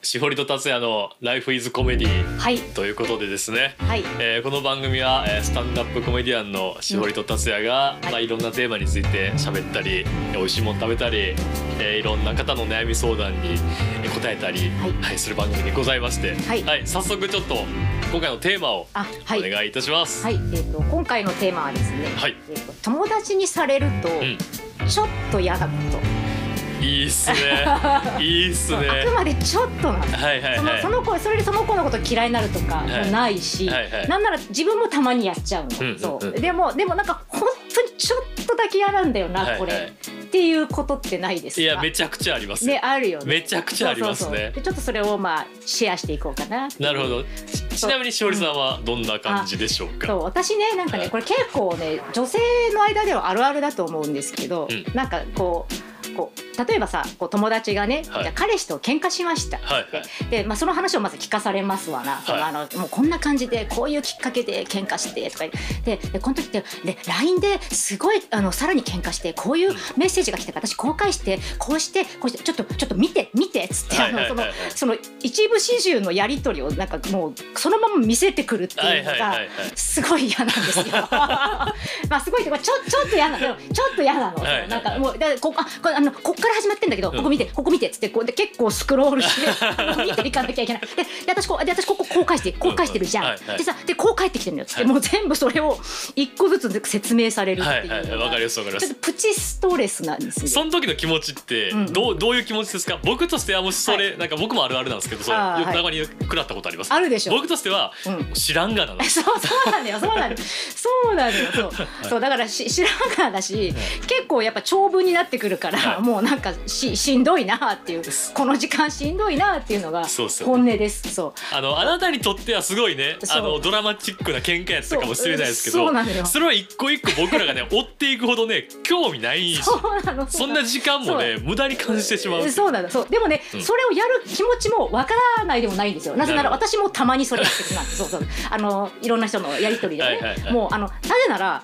しほりと達也の「ライフイズコメディはいということでですね、はいえーこの番組は、えースタンダップコメディアンのしほりと達也が、いまあ、いろんなテーマについて喋ったりえー美味しいもの食べたり、えーいろんな方の悩み相談にえー答えたり、ははいいする番組でございまして、はい早速ちょっと今回のテーマをあおはい願いいたします。はいえー、と今回のテーマはですね、はいえー、と友達にされるうんとちょっと嫌なこと、いいっす ね。いいっすね。あくまでちょっとなのはいはいそはのい。その子それでその子のこと嫌いになるとかもないし、はいはいはいなんなら自分もたまにやっちゃうの、うんうんうんそうでもでもなんか本当にちょっとだけ嫌なんだよな、はいはいこれっていうことってないですかいやめちゃくちゃありますよ。ねあるよねめちゃくちゃありますねそうそうそうでちょっとそれをまあシェアしていこうかななるほど。ちちなみにしおりさんはどんな感じでしょうそか。う私ねなんかはねいこれ結構ね女性の間ではあるあるだと思うんですけど、うんなんかこうこう例えばさこう友達がね、はいじゃあ彼氏と喧嘩しました、はいはい。で、まあ、その話をまず聞かされますわな、そのあのもうこんな感じでこういうきっかけで喧嘩してとかででこの時ってで LINE ですごいあのさらに喧嘩してこういうメッセージが来たから私公開してこうしてこうしてちょっとちょっと見て見てっつって、はいはいはいはいあのそのその一部始終のやり取りをなんかもうそのまま見せてくるってはいいうのが。はいはいはい。すごい嫌なんです よ。まあすごいってこれちょちょっと嫌なの、ちょっと嫌なの。はいはいはいなんかもうだからこあこれあのこっから始まってんだけど、ここ見てここ見てっつってこうで結構スクロー ルして見ていかなきゃいけない。でで私こうで私こここう返してこう返してるじゃん。うんうんはいはいでさでこう返ってきてるのよ。つって、はいもう全部それを一個ずつ説明されるってはいいうのが、はいはい。わかりますわかりまちょっすと。プチストレスなんですよ。その時の気持ちってうんどうどういう気持ちですか。僕としてはもしそれ、はなんか僕もあるあるなんですけど、そうあーよくはいたまに食らったことあります。あるでしょ。僕としては、うん知らんがなの。 そうそうなんだよそうなんだよそうなんだよそう,、そうだからし知らんからだし、結構やっぱ長文になってくるから、はいもうなんかししんどいなっていうこの時間しんどいなっていうのがそうそう本音ですそうあのあなたにとってはすごいねそあうのドラマチックな喧嘩やったかもしれないですけそうどそうなのよそれは一個一個僕らがね追っていくほどね興味ないしそうなのそんな時間もね無駄に感じてしまうえそうなのそうでもね、んそれをやる気持ちもわからないでもないんですよなぜならなるほ私もたまにそれやってしまうそうそうあのいろんな人のやり取りではねいはいはいもうあのなぜなら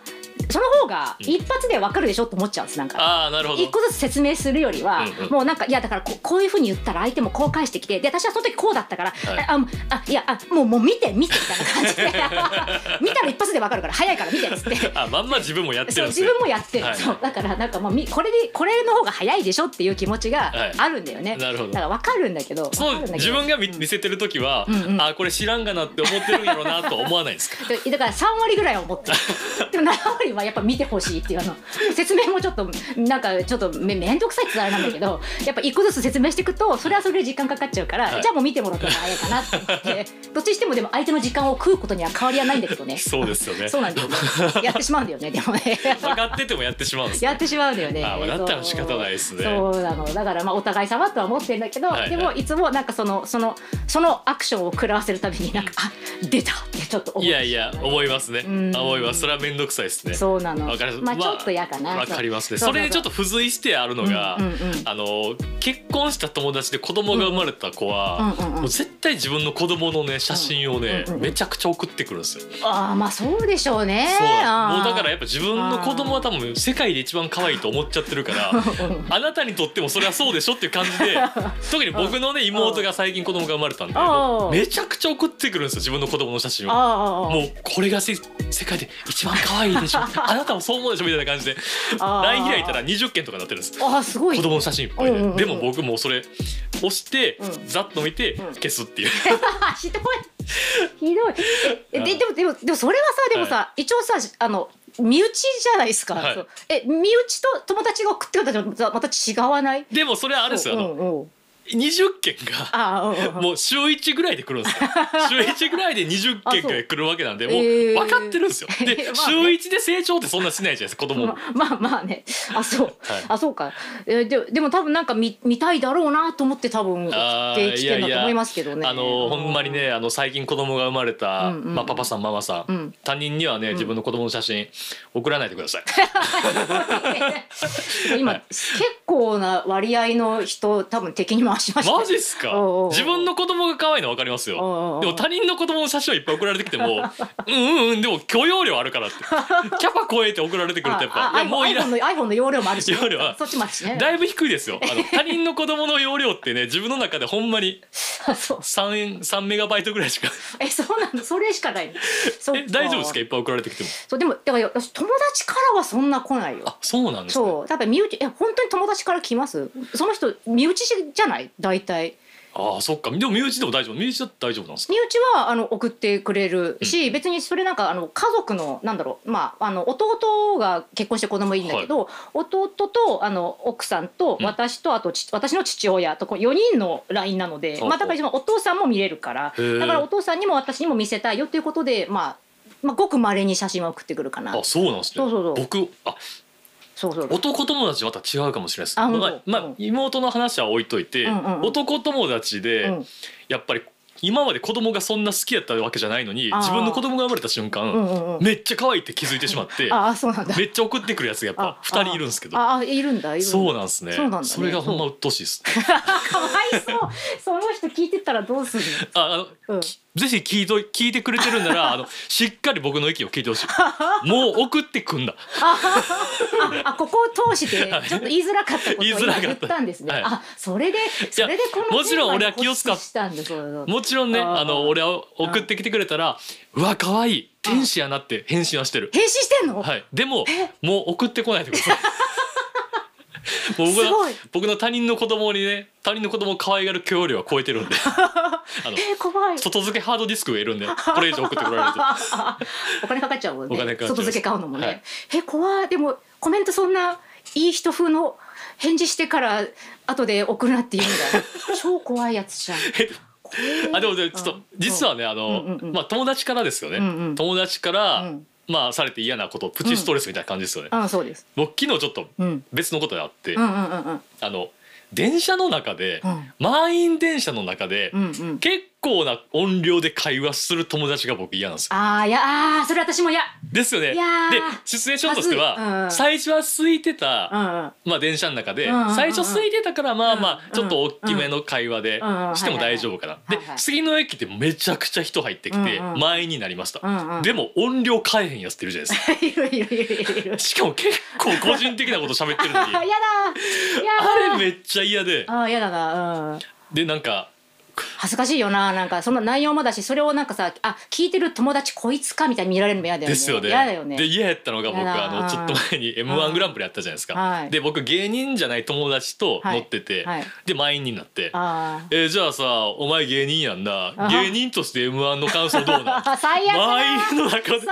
その方が一発でわかるでしょって思っちゃうんですなんかああなるほど一個ずつ説明するよりは、うんうんもうなんかいやだからここういうふうに言ったら相手もこう返してきてで私はその時こうだったから、はいああもうあいやあもうもう見て見てみ たいな感じで見たら一発でわかるから早いから見てっつって。あまんま自分もやってそるうんです自ね分もやってる、はいそうだからなんかもうみこれでこれの方が早いでしょっていう気持ちがはいあるんだよね、なるほどだからわかるんだけどそわかうるんだけ自ど分が見見せてる時は、うんうんあこれ知らんがなって思ってるんやろうなとは思わないんですかでだから3割ぐらいは思って るでも7割はやっぱ見てほしいっていうあの説明もちょっとなんかちょっとめ面倒くさいって言ったらあれなんだけどやっぱ一個ずつ説明していくとそれはそれで時間かかっちゃうから、はいじゃあもう見てもらったら早いかなって 思ってどっちにしてもでも相手の時間を食うことには変わりはないんだけどねそうですよね そうなんだよねやってしまうんだよねでも ね分かっててもやってしまうんですねやってしまうんだよねあまあだったら仕方ないですねそうなのだからまあお互い様とは思ってるんだけど、はいはいでもいつもなんかそのそのそのアクションを食らわせるためになんか、あ出たってちょっと思っいてやいや思いますねうん思いますそれは面倒くさいですねそうなの。わかりますまあ、まちあょっと嫌かな。わかりますねうそううれにちょっと付随してあるのが、うんうんうんあの結婚した友達で子供が生まれた子は、うんうんうんもう絶対自分の子供のね写真をね、うんうんうんめちゃくちゃ送ってくるんですよ、ああ、まあ、そうでしょうね。そうあーもうだからやっぱ自分の子供は多分世界で一番可愛いと思っちゃってる からあなたにとってもそれはそうでしょっていう感じで特に僕のね妹が最近子供が生まれたんでうんもうめちゃくちゃ送ってくるんですよ自分の子供の写真を。あーもうこれがせ世界で一番可愛いで しょあなたもそう思うでしょみたいな感じであー LINE 開いたら20件とかなってるんですあー、すごい。子供の写真いっぱいで、うんうんうんでも僕もうそれ押して、うんざっと見てうん消すっていう、 ひどい。ひ どい。え、で、でも、でも、でも、それはさ、でもさ、一応さ、あの。身内じゃないですか、はいそうえ身内と友達が送ってくれたのとまた違わないでもそれはあれですよ、うあのんうん、 20件があーうんうんもう週1ぐらいで来るんですよ 週1ぐらいで20件ぐらい来るわけなんでもうえー分かってるん ですよ、でまあね週1で成長ってそんなしないじゃないですか子供もま。まあまあねあそう、はいあそうか、えーででも多分なんか見見たいだろうなと思って多分送あっーてきてるんだと思いますけどねあのほんまにねあの最近子供が生まれた、うんうんまあ、パパさんママさん、うん他人にはね自分の子供の写真送らないでください、今結構な割合の人多分敵に回回しましたマジっすかおうおうおう自分の子供が可愛いの分かりますよおうおうおうでも他人の子供の写真をいっぱい送られてきて もうんうんうんでも許容量あるからってキャパ超えて送られてくるとやっぱああいやもういら iPhone の iPhone の容量もあるしね、容量はそっちもあるしねだいぶ低いですよあの他人の子供の容量ってね自分の中でほんまにそう 3, 3メガバイトぐらいしかえそうなのそれし かないそっかえ大丈夫ですかいっぱい送られてきてもそうでもだから私友達からはそんな来ないよあそうなんですねそう、だから身内、え、本当に友達から来ます。その人、身内じゃない、大体。ああそっかでも身内でも大丈夫身内だって大丈夫なんですか身内は、あの、送ってくれるし、別にそれなんか、あの、家族の、なんだろう、まあ、あの、弟が結婚して子供いいんだけど。弟と、あの、奥さんと、うん私と、あと、ち私の父親と、こう、四人のラインなので。ほうほうまあ、だから、そのお父さんも見れるから、へーだから、お父さんにも、私にも見せたいよということで、まあ。まあ、ごく稀に写真は送ってくるかな。あそうなんですねそうそうそう僕あそうそう。男友達また違うかもしれないですあま本あ、当まうあん、妹の話は置いといて、うんうんうん男友達で、うんやっぱり今まで子供がそんな好きやったわけじゃないのにあー自分の子供が生まれた瞬間、うんうんうん。めっちゃ可愛いって気づいてしまってああ、そうなんだ。めっちゃ送ってくるやつがやっぱあ2人いるんですけどああ、いるんだ。いるんだそうなんですねそうなんだねれがほんま鬱陶しいです、ね、かわいそう。 その人聞いてたらどうするああのの。うん。ぜひ聞いとい聞いてくれてるんならあのしっかり僕の意見を聞いてほしいもう送ってくんなあ、あ、ここを通して、ちょっと言いづらかったことを言いづら今かった言ったんですね。はいあ、それで、それでこのもちろんテーマに俺は気を使っ固執したんで、そうそう。もちろんねあーあの俺は送ってきてくれたらうわ可愛い天使やなって返信はしてる変身してんの。はいでももう送ってこないでくだ さいもう僕すごいの僕の他人の子供にね他人の子供を可愛がる許容量は超えて るんであのえー、怖い。外付けハードディスクがいるんでこれ以上送ってこられると お金かかっちゃうもんね。お金かかっちゃいます外付け買うのもね。はいえ、怖い。でも、コメントそんな、いい人風の。返事してから、後で送るなって言うんだよ。 超怖いやつじゃん。あでもねちょっと実はねあの、うんうんうんまあ友達からですよね、うんうん友達から、うんまあされて嫌なことプチストレスみたいな感じですよね、あ、そうです。僕昨日ちょっとうん。別のことがあって、うんうんうんうん。あの電車の中で、うん満員電車の中で、うんうん。結構な音量で会話する友達が僕嫌なんですよ。あーいやあーそれ私もやですよね。いでやーシチュエーションとしては、まずいうん最初は空いてた、うんうんまあ電車の中で、うんうんうんうん最初空いてたからまあまうんうあんちょっと大きめの会話でうんうんしても大丈夫かな。いではいはい次の駅でめちゃくちゃ人入ってきてうんうん満員になりました。うんうんでも音量変えへんやつってるじゃない ですか。いるいるいるいるいるしかも結構個人的なこと喋ってるのあーにやだーやだーあれめっちゃ嫌であーやだなうんでなんか恥ずかしいよななんかその内容もだしそれをなんかさあ聞いてる友達こいつかみたいに見られるの嫌だよでねすよね。嫌だよねで嫌やったのが僕やだあのちょっと前に M1 グランプリやったじゃないですはか。いで僕芸人じゃない友達と乗っててはいはいで満員になって。あえーじゃあさお前芸人やんなあ芸人として M1 の感想どうなんー最悪だ満員の中で最悪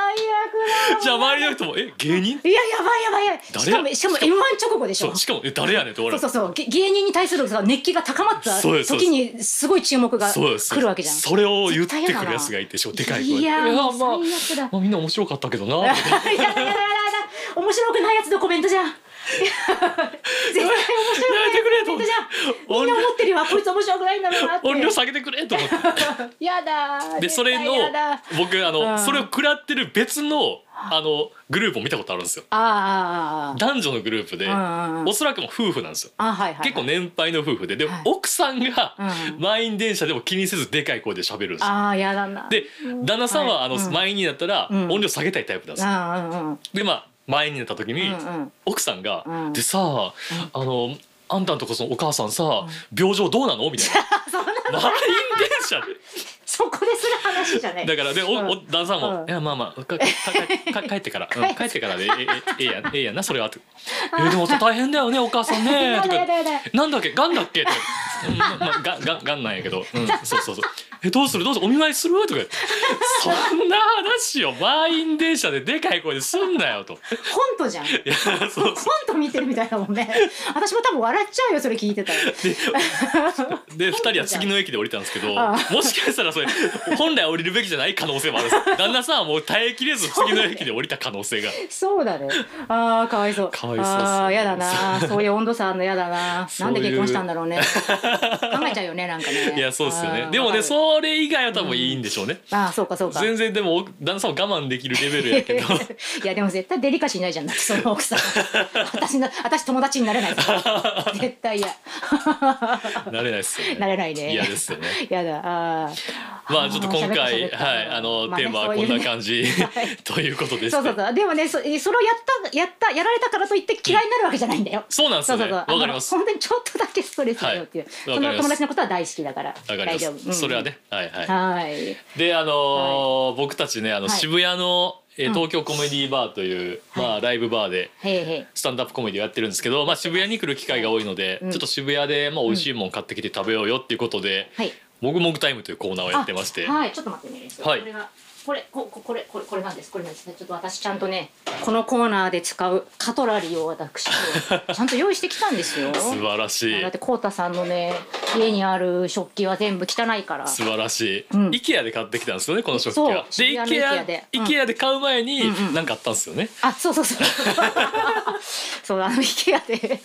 だじゃあ周りの人も「え芸人?いややばいやばいやばいしか誰もしかも M1 直後で」しそょうしかも「え誰やねん」って俺そうらそうそうげ芸人に対するさ熱気が高まったそうですそうです時にすごい注目がそうです来るわけじゃんそれを言ってくるやつがいてしょでかい声いやーえもうまあ最悪だまあみんな面白かったけ どなみたいなやだやだやだやだ面白くないやつのコメン トじゃん絶対面白やめてくれとく思っなていやつのコメントじゃんみんな思ってるよあこいつ面白くないんだろうなって音量下げてくれと思ってやだで絶そ対れのやだあ僕あうのんそれを食らってる別のあのグループを見たことあるんですよああ男女のグループであうんうんうんおそらくもう夫婦なんですよあはいはい結構年配の夫婦でではい奥さんがうん満員電車でも気にせずでかい声で喋るんですよああやだなで旦那さんはあはいのうん満員になったらうん音量下げたいタイプなんですよああうんうんでまあ満員になった時にうんうん奥さんがう「んでさあのあんたんとこそのお母さんさ病状どうなの?」みたいな満員電車で。そこでする話じゃ ないだからでおうんお旦那さんも「うんいやまあまあかかかか帰ってから、 うん帰ってからでええええやんええやんなそれは」って「えでも大変だよねお母 さんね」やとだかやだやだ「なんだっけがんだっけ?」とか「うんまあまあがががんなんやけど、うん、そうそうそうえどうするどうするお見舞いする?」とか言って「そんな話を満員電車ででかい声ですんなよ」と「コントじゃんコンいやそうト見てるみたいだもんね私も多分笑っちゃうよそれ聞いてたらで二人は次の駅で降りたんですけどあもしかしたらそれ本来降りるべきじゃない可能性もあるんです旦那さんはもう耐えきれず次の駅で降りた可能性がそうだ ね。ああ、かわいそう。かわいそうっすねああ、やだな。そういう温度差あんのや だな。そなういんうで結婚したんだろうね。考えちゃうよね、なんかね。いやそうですよあねーでもねわそれ以外は多分いいんでしょうね、かるあー、そうか、そうか。全然でも旦那さんは我慢できるレベルやけど いやでも絶対デリカシーないじゃんだってその 奥さん私の私友達になれないから絶対嫌なれないっすよなねれないね嫌ですよねやだあーまあちょっと今あー喋回った喋ったはいあの、まあねテーマはそういこうんねな感じ、 ということですそうそうそうでもねそそれをやったやったやられたからといって嫌いになるわけじゃないんだよ、そうなんですそうよそねうそうわあかのりますわ本当にちょっとだけストレスだよっていう、はいそわかりまのす友達のことは大丈夫だからかりま大丈夫、うすんそれはねはいはいはいであのー僕たちねあの、はい渋谷の、えーうん東京コメディーバーという、まあライブバーでへいへいスタンダップコメディをやってるんですけど、まあ、渋谷に来る機会が多いので、うんちょっと渋谷で、まあ、美味しいもん買ってきて食べようよっていうことではい「もぐもぐタイム」というコーナーをやってましてあはいちょっと待ってねはいこれがこれこここれこれこれなんですこれなんですねちょっと私ちゃんとねこのコーナーで使うカトラリー を私ちゃんと用意してきたんですよ素晴らしいだってこうたさんのね家にある食器は全部汚いから素晴らしい、うん IKEA で買ってきたんですよねこの食器そうはで渋谷 IKEA, の IKEA でうん IKEA で買う前にうんうん何かあったんですよね、あそうそ うそうそうあの IKEA で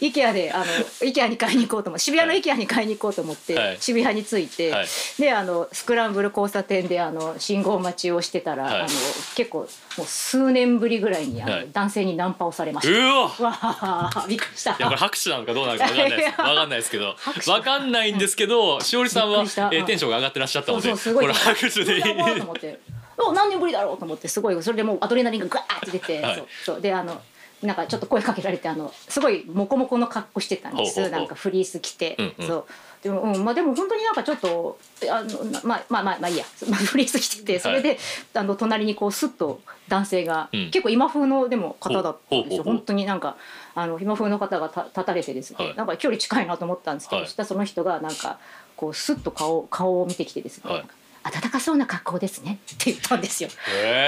IKEA であの IKEA に買いに行こうと思って渋谷のはい IKEA に買いに行こうと思って、はい渋谷に着いて、はいであのスクランブル交差点であの信号待ちをしてたら、はいあの結構もう数年ぶりぐらいにあの、はい男性にナンパをされましうわた。わあびっくりした。いやこれ拍手なのかどうなのかわかんないです。わかんないですけど、拍手わかんないんですけど、しおりさんびっはくりしたえーテンションが上がってらっしゃったので、そうそうすごいこれ拍手でいい。やばーと思ってお何年ぶりだろうと思ってすごいそれでもうアドレナリンがグワーって出て、はいそうそうであのなんかちょっと声かけられてあのすごいモコモコの格好してたんですほうほうほうなんかフリース着て、うんうんそうでも,、うんまあ、でも本当になんかちょっとあのなまあまあまあまあいいや、 まあ、フリース着ててそれで、あの隣にこうスッと男性が、うん結構今風のでも方だったんでほうほうすほよう本当になんかあの今風の方がた立たれてですね、はいなんか距離近いなと思ったんですけど、はいそしたらその人がなんかこうスッと顔顔を見てきてですね、はい暖かそうな格好ですねって言ったん ですよ。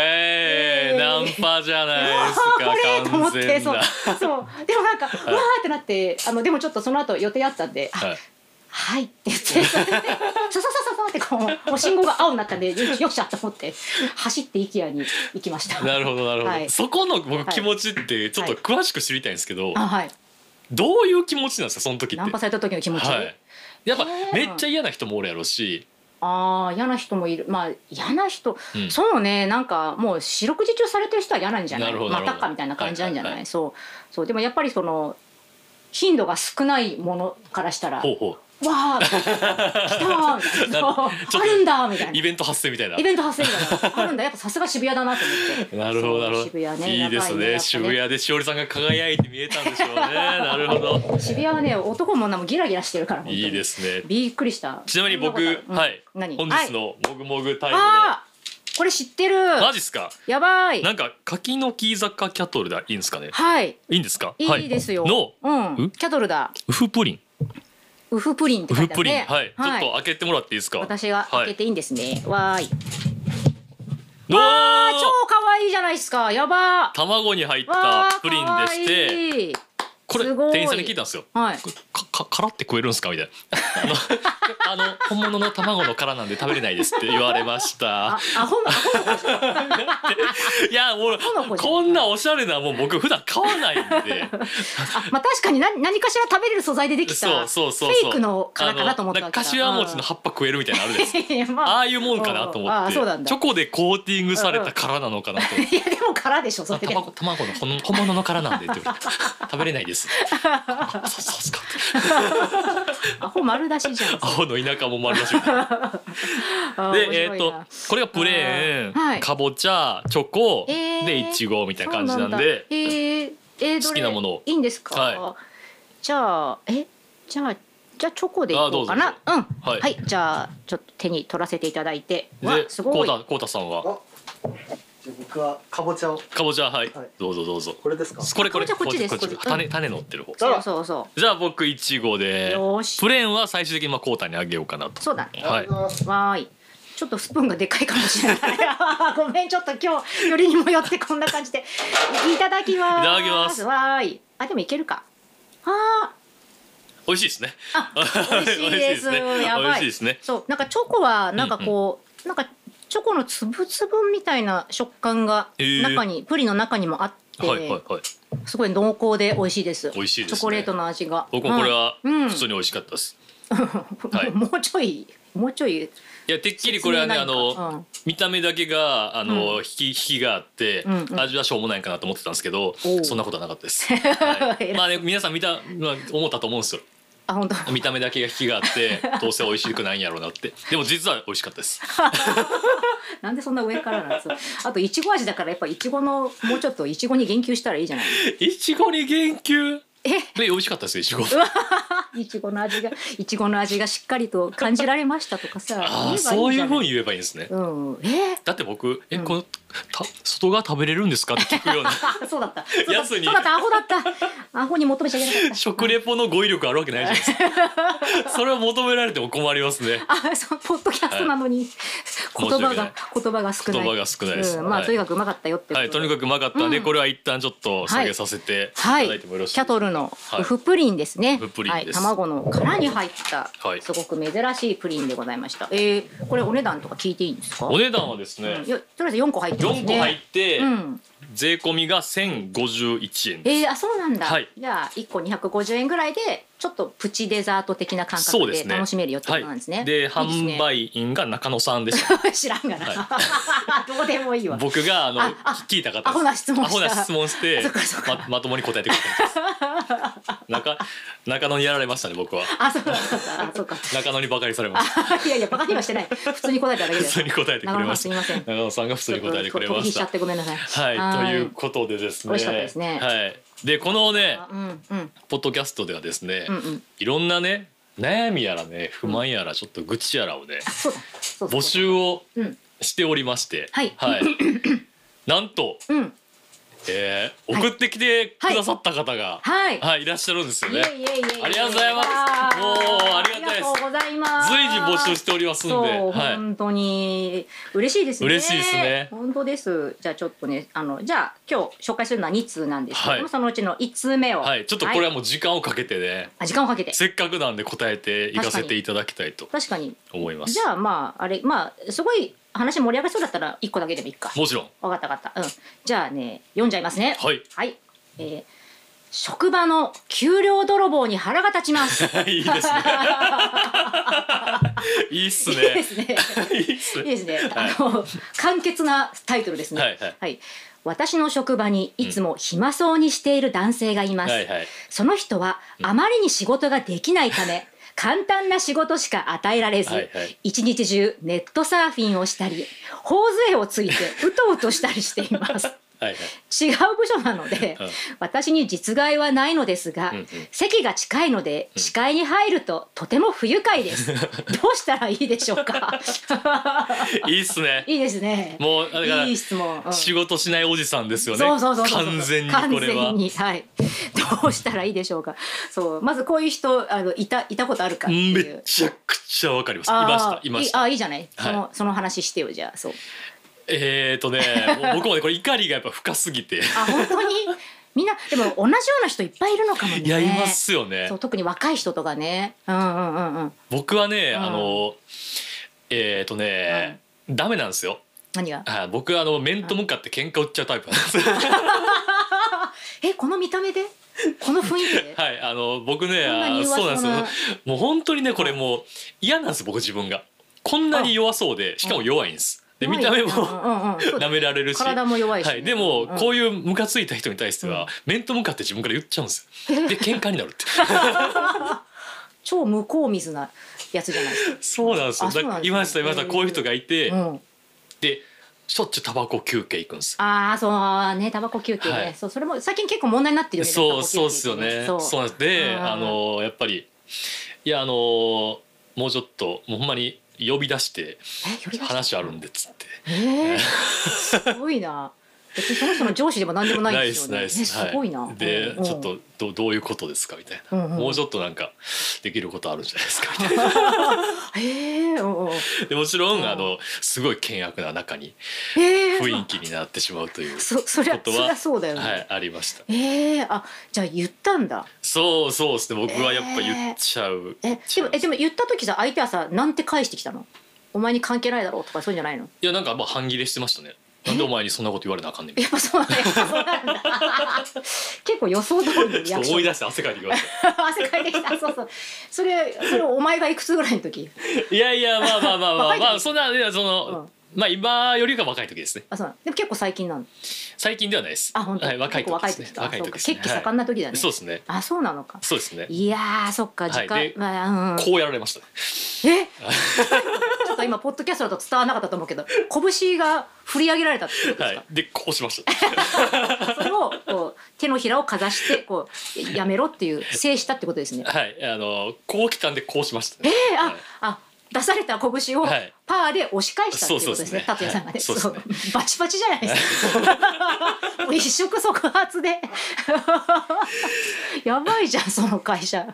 えー、ナンパじゃないですあ ーこれかと思完って全そうな。そうでもなんか、わーってなってあのでもちょっとその後予定あったんで「あはいはい」って言って それでそうそうそうそうってこうもう信号が青になったんでよしよっしゃと思って走って IKEA に行きました。なるほどなるほど、はいそこの僕はい気持ちってちょっと詳しく知りたいんですけど、あはい、どういう気持ちなんですかその時ってナンパされた時の気持ち、はい、やっぱえーめっちゃ嫌な人もおるやろうし、ああ嫌な人もいるまあ嫌な人、うんそうねなんかもう四六時中されてる人は嫌なんじゃないなるほどまなるあタほどッカーみたいな感じなんじゃなはい,、いはいはそうそうでもやっぱりその頻度が少ないものからしたら「わほうほあ来た!」みたい ななちょっとあるんだ!」みたいうイな。ベント発生みたいなイ。ベント発生みたいなあるんだやっぱさすが渋谷だなと思ってなるほどなるほど、そう渋谷ねいいですやばねやっぱ渋谷でしおりさんが輝いて見えたん でしょうねなるほど渋谷はね男も女もギラギラしてるから本当にいいですねびっくりしたちなみに僕、そんなことあるうんはい何本はい日のもぐもぐタイムの、あーこれ知ってるマジっすかやばいなんか柿の木坂キャトルだいいんですかねはいいいんですかはいいですよ。のうん。んキャトルだ。ウフプリンウフプリンってウ書いフてあるプリン、ね。はい、ちょっと開けてもらっていいですか私が開けていいんですね。わーはい。い、わあーー超可愛いじゃないですか。やばー。卵に入っわたープリンでしてて。これすごい店員さんに聞いたんですよはい。これかか殻って食えるんですかみたいなあのあ の本物の卵の殻なんで食べれないですって言われましあた、アホのアホの子じゃんいやもうの子じゃんこんなおしゃれなもん僕普段買わないんであ、まあ確かに何何かしら食べれる素材でできそたうそうそうそうフェイクの殻かなと思ったあのわけだ。なんか柏餅の葉っぱ食えるみたいなのあるじゃないですかうんまあああいうもんかなと思あっあてそうなんだチョコでコーティングされた殻なのかなと思っていやでも殻でしょそれで。卵卵の本本物の殻なんでって言われ て食べれないですあそうそうっすかアホ丸出しじゃん。青の田舎も丸 出しみたいなあーでえっ、面白いとなこれがプレーンあーはいかぼちゃチョコ、えーでいちごみたいな感じなんでそうなんだえーえーどれ好きなものをいいんですか。はじゃあえじゃあじゃあチョコでいこうかな。うんは、はいいじゃあちょっと手に取らせていただいて。わですこごうい。たこうたさんはあじゃあ僕はかぼちゃをかぼちゃはい、はいどうぞどうぞこれですかこれこれかぼちゃこっちですここっち種種乗ってる方そうそうそじゃあ僕いちごう。でよーしプ。レーンは最終的にまあこうたにあげようかなとそうだね。はいわーい。ちょっとスプーンがでかいかもしれない。 ごめんちょっと今日よりにもよってこんな感じでいただきます。いただきますわーい。あでもいけるか。あー美味しいですね。あ美味しいです 美味ねやばい美味しいですね。そうなんかチョコはなんかこう、なんかチョコの粒々みたいな食感がへー中に、プリンの中にもあって、はいはいはい。すごい濃厚で美味しいです。美味しいですねチョコレートの味が。僕もこれいはうん普通に美味しかったです。 はいもうちょいもうちょいいやてっきりこれはねあ説明ないんかの見た目だけがあのうん引き引きがあってうんうん味はしょうもないかなと思ってたんですけどおうそんなことはなかった です。は偉いいまあね皆さん見たまあ思ったと思うんですよ。あ本 当見た目だけが引きがあ ってどうせ美味しくないんやろうなってでも実は美味しかった です。なんでそんな上からなんですかあといちご味だからやっぱいちごのもうちょっといちごに言及したらいいじゃないいちごに言及えで美味しかったですよいちご。 いちごの味がいちごの味がしっかりと感じられましたとかさああ言えばそうじいゃうなふうに言えばいいんですね。うんえだって僕えうんこのた外側食べれるんですかって聞くような あ そうだっ たそうだやっつたそうにだったアホだったアホに求めちゃいけなかった食レポの語彙力あるわけないじゃないです か。それを求められても困りますね。あ、そうポッドキャストなのに、はい言申葉し訳ながい言葉が少な言い。葉が少ないですうん、まあ、はいとにかくうまかったよってことはで。い、とにかくうまかったんで、うんこれは一旦ちょっと下げさせていはたいキだいてもよろしいャトルのはいウフプリンですね。ウフプリンですはい、卵の殻に入った、はいすごく珍しいプリンでございました。えー、これお値段とか聞いていいんですか。お値段はですうんねい、やとりあえず四個入ってます4ね。個入って、うん。税込みが1051円えです。ー、あ、そうなんだ。はいじゃあ一個二百五十円ぐらいでちょっとプチデザート的な感そう覚ですでね。楽しめるよってことはないんですね。で、いい販すね。売員が中野さんでした。 知らんがな。 どうでもいいわ。僕があのああ聞いた方です。アホな質問したアホな質問してあそっかそっかままともに答えてくれたんです。中中野にやられましたね僕は。あ、そうだそうだ。あ、そうか。中野にバカにされました。あ いやいや、バカにはしてない。普通に答えただけ普です通。に答えてく長れま野しすた。みません。中野さんが普通に答えてくれまちょっと飛び火ししちゃたっ。てごめんなさい。はい、ということでですね。美味しかったですねはい。でこのねあうんうんポッドキャストではですね、うんうん。いろんなね悩みやらね不満やらちょっと愚痴やらをねあ、そうだ。そうだ募。集をうんしておりまして、はい なんと、うん。えー送ってきてくださった方が、はいはい。い、らっしゃるんですよいえね。いえいえいえ。ありがとうございますわーもうありがたいですありがとうございます。随時募集しておりますんで、そう、はい。本当に嬉しいですね。嬉しいですね本当です。じゃあちょっとね、あのじゃあ今日紹介するのは2通なんですけども、はいそのうちの1通目を。はい、ちょっとこれははもう時間をかけてね、あ時間をかけて。せっかくなんで答えていかせていただきたいと確かに。思います。じゃあまああれまあすごい話盛り上がりそうだったら1個だけでもいいか。もちろん、わかったわかった。うん。じゃあね、読んじゃいますね。はい。はい。えー職場の給料泥棒に腹が立ちます。い いいですね。 いいっすいね。ですね。いいっすいいね。ですね。 はいあの簡潔なタイトルですね。はいはい私の職場にいつも暇そうにしている男性がいます。はいはい。その人はあまりに仕事ができないため、簡単な仕事しか与えられず、はいはい一日中ネットサーフィンをしたり、頬杖をついてうとうとしたりしています。はいはい。違う部署なので、うん私に実害はないのですが、うんうん席が近いので視界に入るととても不愉快 です、どうしたらいいでしょうか いいっすね。いいですねもうだからいい質問、うん仕事しないおじさんですよね。そうそうそうそう完全にこれは完全。にはいどうしたらいいでしょうかそうまずこういう人あのいたいたことあるかっていうめちゃくちゃわかります。いあーましたいました。あーいいじゃない、はいそのその話してよじゃあそうえーとね、もう僕もねこれ怒りがやっぱ深すぎ て。あ本当にみんなでも同じような人いっぱいいるのかもねいやいますよねそう。特に若い人とかねうんうんうんうん僕はね、うんあのえーとね、ダメなんですよ。何があ僕はあの面と向かって喧嘩売っちゃうタイプなん です。えこの見た目でこの雰囲気で、はい、あの僕ね、こんなあに弱そうそなんうなですよ。もう本当にね、これもう嫌なんです僕自分が。こんなに弱そうで、しかも弱いんです。 で見た目弱いなもうんうんそうだ 舐められるし。体も弱いしね、はい、でもこいういうムカついた人に対しては、面と向かって自分から言っちゃうんですよ。で喧嘩になる って。超無効水なやつじゃないですか、そうなんですよ。あそうなんだですねいましたいましたこう いう人がいて、うん、でしょっちゅうタバコ休憩行くんです。ああそうねタバコ休憩ね、はいそうそれも最近結構問題になってるよねそうタバそうコっす休よ憩ってね。そうそうなんです。で、うんあのやっぱりいやあのもうちょっともうほんまに呼び出してえ呼び出し話あるんでっつって。えー、すごいな別にその人の上司でも何でもないんですよね。ナイスナイスねすごいな。はで、うんちょっとどどういうことですかみたいな、うんうんもうちょっとなんかできることあるんじゃないですかみた いなへえうんうんでもちろん、うんあのすごい険悪な中にへえ雰囲気になってしまうという、そそりゃことそはりゃそうだよね。はい、ありましたええあじゃあ言ったんだ。そうそうですね僕はやっぱ言っちゃう、えでもえでも言った時さ相手はさなんて返してきたの？お前に関係ないだろうとかそういうんじゃな いの？いやなんかまあ半切れしてましたねなんでお前にそんなこと言われなあかんねんみやっぱそうなんだ。やっぱそうなんだ結構予想通りのたいリなちょアクっとショ思ンい。出して汗かいてきまし 汗かいてきた。そうそう。それそれお前がいくつぐらいの時？た いやいやまあまあまあまあまあそんないやその、まあ今よりか若い時ですねあそうなの。でも結構最近なの。最近ではないですあ本当。はい、若い結構時ですねだ若い時ですそうねか血気盛んな時だはねい。そうですねあそうなのか。そうですねいやーそっか時は間いでまあうん。こうやられましたね えちょっと今ポッドキャストだと伝わらなかったと思うけど拳が振り上げられたってことではすいでこうしましたか、それをこう手のひらをかざしてこうやめろっていう制したってことですね はい、あのこう来たんでこうしました、えーね。、あ、はいあ出された拳をはいパーで押し返したってことですそうそね、うですね達也さんがね,、はいそうですねバチバチじゃないです かもう一触即発で やばいじゃんその会社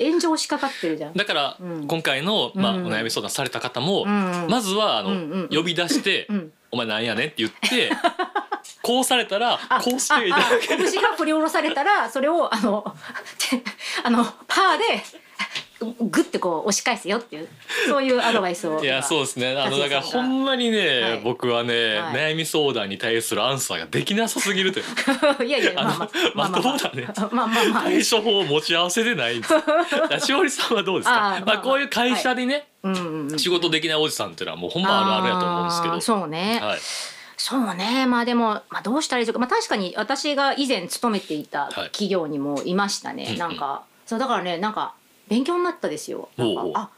炎上しかかってるじゃんだから、うん今回のまあ、うんお悩み相談された方も、うんうんまずはあの、うんうん呼び出して、うんお前なんやねんって言 って、こうされたらあこうしていたあだあ拳が振り下ろされたらそれをあのあのパーでグッてこう押し返すよっていうそういうアドバイスをけ。いやそうですねあのだから達也さほんがんまにね、はい僕はね、はい悩み相談に対するアンサーができなさすぎる といういやいやまあまあまああのまともだね まあまあまあ対処法を持ち合わせてないん ですよ。だしおりさんはどうですかあまーまああ、まあこういう会社でね、うんうんうん仕事できないおじさんっていうのはもうほんまあるあるやと思うんですけどあーそうね、はい、そうねまあでも、まあ、どうしたらいいでしょうか、まあ、確かに私が以前勤めていた企業にもいましたね、いうんうんなんかそうだからねなんか勉強になったですよなんかおうおうあ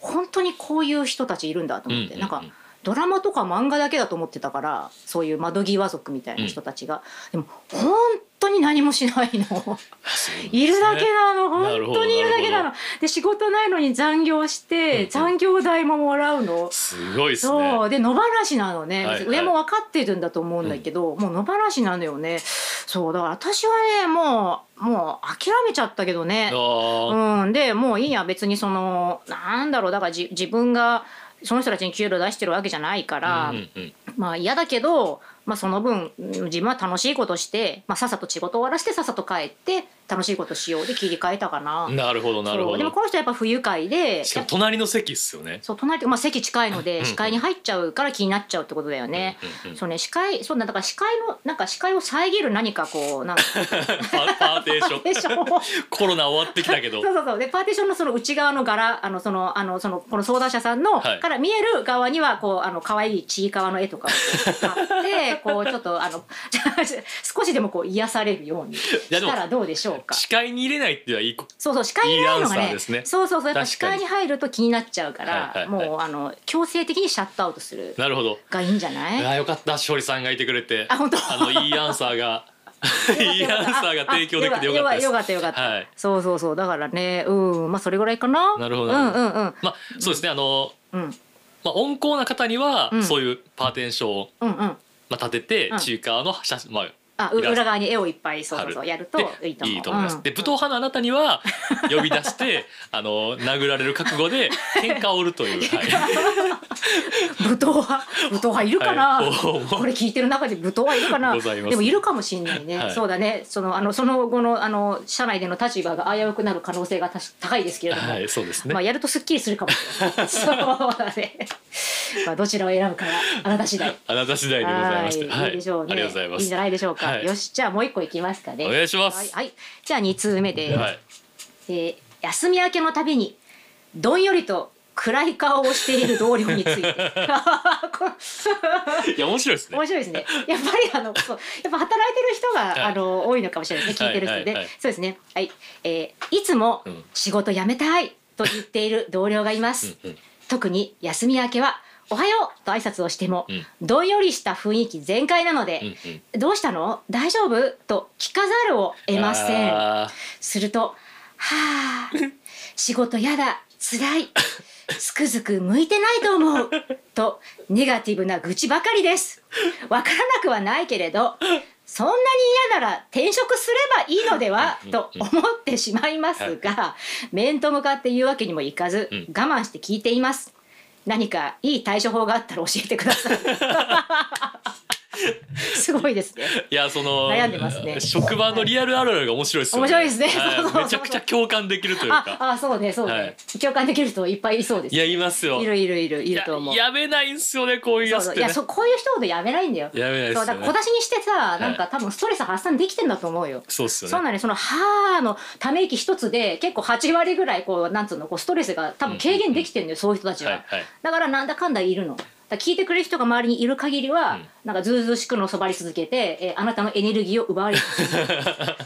本当にこういう人たちいるんだと思って、うんうんうんなんかドラマとか漫画だけだと思ってたからそういう窓際族みたいな人たちが、でも本当に何もしないの。いるだけなのなる本ほど当にいるだけななのるで仕事ないのに残業して、うんうん残業代ももらうのすごいですね。そうで野放しなのね、はいはい上も分かってるんだと思うんだけど、もう野放しなのよねそうだから私はねもうもう諦めちゃったけどねあーうんでもういいや別にそのなんだろうだからじ自分がその人たちに給料出してるわけじゃないから、うんうんうんまあ嫌だけど、まあ、その分うん自分は楽しいことして、まあ、さっさと仕事終わらしてさっさと帰って楽しいことしようで切り替えたかな。なるほどなるそほうでもど。この人はやっぱ不愉快でしかも隣の席っすよ ね。そう隣って、まあ、席近いのでうん視界に入っちゃうから気になっちゃうってことだよね。うんうんうんそうね視界そうなんだから視界のなんか視界を遮る何かこうなんかパパーテーション。でしょそうコロナ終わってきたけど。そうそうでパーティションのその内側の柄あのそのあのそのこの相談者さんの、はいから見える側にはこうあの可愛いちいかわの絵と かをこう買ってこうちょっとあの 少しでもこう癒されるようにしやたでもらどうでしょうか。視界に入れないっていうのはいいこそうそう視界にないいのがいアンサねーですねそうそうそうやっぱ視確か界にに入ると気になっちゃうかはら、いはいはいもうあの強制的にシャットアウトすると。なるほど。がいいんじゃない？あーよかった勝利さんがいてくれて。あ本当あのいいアン サーが いいアンサーが提供できてよかったです。よかったよかった。はい。そうそうそうだからねうんまあそれぐらいかな。なるほどうなんるほうんうんまあそうですねあのうんまあ温厚な方にはうんそういうパーテーションをうんうん。まあ立てうてん中華の写真まああうイラスト裏側に絵をいっぱいそう貼そうるそうやるとでいいと思う。います。うんで武闘 派のあなたには呼び出してあの殴られる覚悟で喧嘩を売るという。 はい武 闘派武闘派いるかなはいおー これ聞いてる中で武闘派いるかなございますでもいるかもしんないね、はいそうだねそのあのその後のあの社内での立場が危うくなる可能性がたし高いですけれども、はいそうですねまあ。やるとすっきりするかもしれな いそうだねまあどちらを選ぶかはあなた次第あなた次第でございまして、ははいいいいでしょうね、ありがとうございまいんすじ。ゃないでしょうか、はいよしじゃあもう一個いきますかねお願いします。はい、はい、じゃあ二通目で、はい、えー休み明けのたびにどんよりと暗い顔をしている同僚について こいや面白いですね面。白いですねやっぱりあのそうやっぱ働いてる人が、いあの多いのかもしれないですね聞いてる人で、はいはいはいそうですねはい、えーいつもうん仕事辞めたいと言っている同僚がいます、うんうん特に休み明けはおはようと挨拶をしても、うんどんよりした雰囲気全開なので、うんうん。どうしたの大丈夫と聞かざるを得ませんあすると「はあ仕事やだ辛い」「つくづく向いてないと思う」とネガティブな愚痴ばかりですわからなくはないけれどそんなに嫌なら転職すればいいのではうんと思ってしまいますが面と向かって言うわけにもいかずうん我慢して聞いています何かいい対処法があったら教えてくだ さいすごいですねいやその悩んでますね職場のリアルあるあるが面白いですよね。面白いですねはそうそうそうめちゃくちゃ共感できるというあか。あそうねそうね、はい共感できる人いっぱいいそうですいやいますよ。いるいるいるいると思うややめないんすよねこういうそやうつそっうていね。やそうこういう人ほどやめないんだよやめないでそうすよだから小ね。出しにしてさ、いなんか多分ストレス発散できてんだと思うよ。そうっすそようね。なね、その「はーのため息一つで結構8割ぐらいこうなんつうのこうストレスが多分軽減できてるのよ、そういう人たちは、はいはいだからなんだかんだいるのだから聞いてくれる人が周りにいる限りは、うんなんかずうずうしくのそばり続けて、えーあなたのエネルギーを 奪われる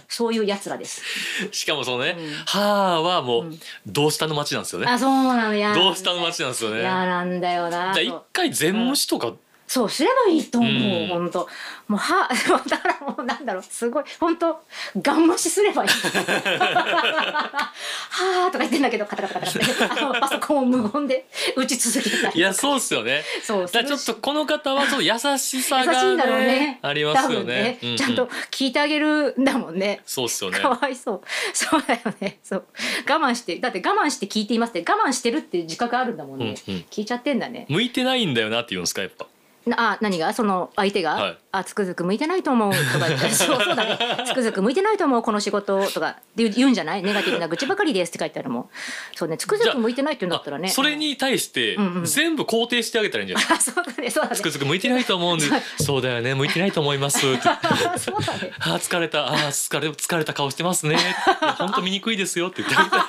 そういうやつらですしかもそのね、うんはーはもう、うんどうしたの街なんですよね。あそうなのやどうしたの街なんですよね。いじやゃなんだよなあ一回全無視とか、そうすればいいと思うんう、ほんと、本当もうは だからもうなんだろうすごい本当ガン無視すればいい はあとか言ってんだけどカタカタカタカタあのパソコンを無言で打ち続けたいりやそうっすよね。そうだからちょっとこの方はちょっと優しさ優しいんだろがうねねありますよね。多分うねうちゃんと聞いてあげるんだもんねそうっすよね。かわいそうそうだよねそう我慢してだって我慢して聞いていますって我慢してるっていう自覚あるんだもんね、うんうん聞いちゃってんだね向いてないんだよなって言うんですかやっぱ。なあ何がその相手が、はいあつくづく向いてないと思うとか 言ってそうそうだね つくづく向いてないと思うこの仕事とかって言う言うんじゃないネガティブな愚痴ばかりですって書いてあるもんそうねつくじづゃあく向いてないって言うんだったらねあそれに対してうんうん全部肯定してあげたらいいんじゃない。あ そうだねそうだねつくづく向いてないと思うんでそうだよね向いてないと思いますってそうだねあー疲れたあー疲れ疲れた顔してますね本当見にくいですよって言ってあげたら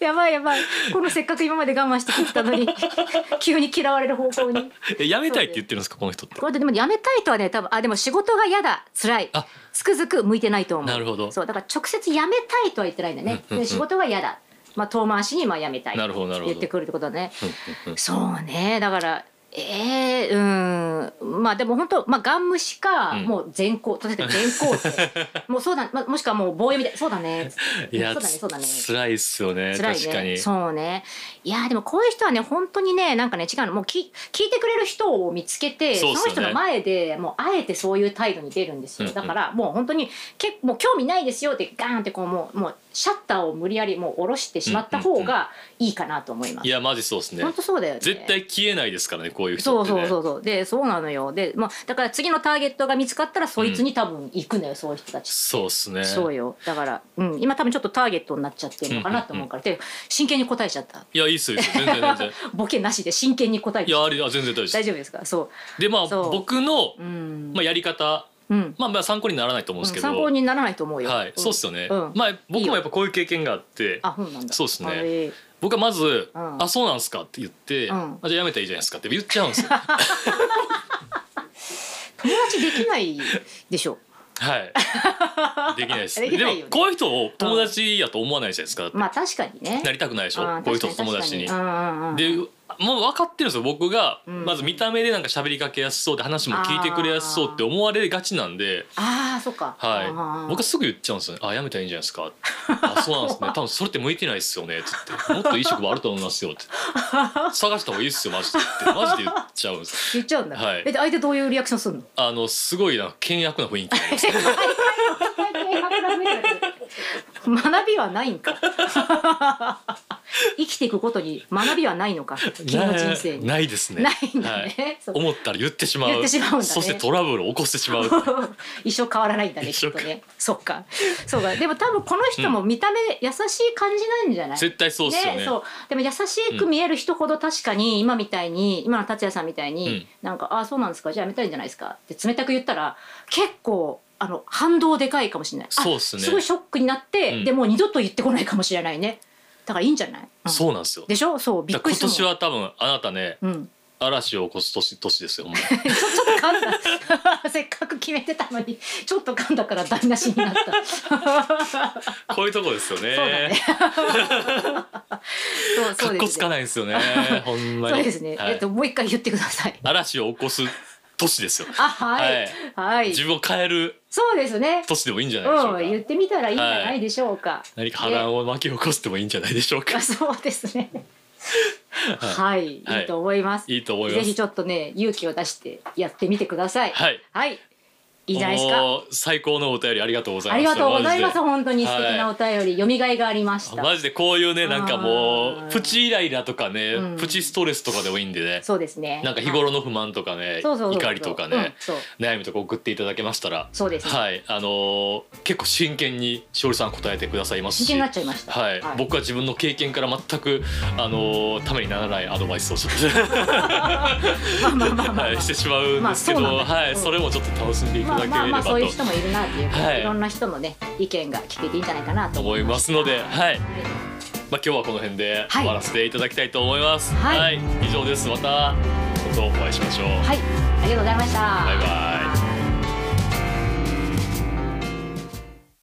やばいやばいこのせっかく今まで我慢してきたのに 急に嫌われる方向にえやめたいって言ってるんですかこの人ってこれででもやめたいとはね多分あでも仕事が嫌だ辛いあつくづく向いてないと思うなるほどそうだから直接やめたいとは言ってないんだね、うんうんうんで仕事が嫌だまあ遠回しにまあやめたいなるほどなるほど言ってくるってことだねうんうんそうねだからええうんまあでも本当まあガン無視か、うんもう全校とにかく全校生 もうそうだ、まあ、もしくはもう防衛みたいそうだねいやそうだねそうだねつ辛いっすよね辛いね確かにそうねいやでもこういう人はね本当にねなんかね違うのもうき聞いてくれる人を見つけてそうっすよねの人の前でもうあえてそういう態度に出るんですよ、うんうんだからもう本当にけもう興味ないですよってガーンってこうもうもうシャッターを無理やりもう下ろしてしまった方がいいかなと思います、いやマジそうっすね本当そうだよね絶対消えないですからねこういう人っそうてねそうそうそうでそうなのよでまあだから次のターゲットが見つかったらそいつに多分行くのよ、そういう人たちそうっすねそうよだから、うん、今多分ちょっとターゲットになっちゃってるのかなと思うから、で真剣に答えちゃったいやいいっすよいいっすよ全然全然ボケなしで真剣に答えいてやあれあ全然大丈夫です大丈夫ですかそでまあそう僕のう、うんまあやり方うんまあまあ参考にならないと思うんですけど参考にならないと思うよ、はいそうっすよねうんまあ僕もやっぱこういう経験があってあそうなんだそうっすねあれ僕はまず「うんあそうなんすか」って言って「うんあじゃあやめたらいいじゃないですか」って言っちゃうんですよ友達できないでしょはい できないです,、できでないよねもこういう人を友達やと思わないじゃないですか、まあ確かにねなりたくないでしょあーこういう人と確か友達に。確かうんうんうんでもう分かってるんですよ僕がうんまず見た目でなんか喋りかけやすそうで話も聞いてくれやすそうって思われがちなんで、ああそっかはい、僕はすぐ言っちゃうんですよね「あやめたらいいんじゃないですか」あそうなんです ね多分それって向いてないですよね」つって「もっといい職場あると思いますよ」って「探した方がいいっすよマジで」ってマジで言っちゃうんです言っちゃうんだ、はいえで相手どういうリアクショ ンするのあのすごいな険悪な雰囲気毎回毎回100メートル学びはないんか 生きていくことに学びはないのか君の人生になないですねないんだねはい、そう思ったら言ってしまう言ってしまうんだねそしてトラブルを起こしてしまう 一生変わらないんだね一き生っとねそっかそうかでも多分この人も見た目優しい感じなんじゃない絶対そうっすよねそうでも優しく見える人ほど確かに今みたいに、今の達也さんみたいに、うんなんか「ああそうなんですかじゃあやめたいんじゃないですか」って冷たく言ったら結構あの反動でかいかもしれないあそうっすねごいショックになって、うんでもう二度と言ってこないかもしれないねだからいいんじゃない、うんそうなんですよでしょそうびっだくからり今年するもんは多分あなたねうん、 嵐を起こす年年ですよほんまにちょちょっと噛んだ せっかく決めてたのにちょっと噛んだから台無しになったこういうとこですよねそうだかね。そう そっうこでつすかね。ない ですよねほんまにそうですね。はいえっともう一回言ってください。嵐を起こす年ですよ。あはいはい。自分を変えるそうですね。年でもいいんじゃないでしょううか。ん言ってみたらいいんじゃないでしょうか。何か波乱を巻き起こすってもいいんじゃないでしょうかあ。そうですね。はい、 はいいいと思います。いいと思いまぜひすちょっとね勇気を出してやってみてください。はいはい、いいじゃないですか。もう最高のお便りありがとうござあいりまがしたとうございますマ本当に素敵なお便り、読みがいがありましジでた。マジでこういうねなんかもうんうプチイライラとかね、うんプチストレスとかでもいいんでねそうですね。なんか日頃の不満とかね、そうそうそうそう怒りとかうんね、そう悩みとか送っていただけましたらそうですねはいあのー結構真剣にしおりさん答えてくださいますし真剣になっちゃいました。はい、僕は自分の経験から全くあのーためにならないアドバイスをしまあまあまあまあ、はいしてしまうんですけど、まあそうなんだはい、うんそれもちょっと楽しんでいたまだけあればまあまあとそういう人もいるなっていう、はいい、ろんな人のね意見が聞けていいんじゃないかなと思思いいまます。すので、はい、はいまあ今日はこの辺ではい終わらせていただきたいと思います。はい以上です。また今度お会いしましょう。はい、ありがとうございました。バイバイ。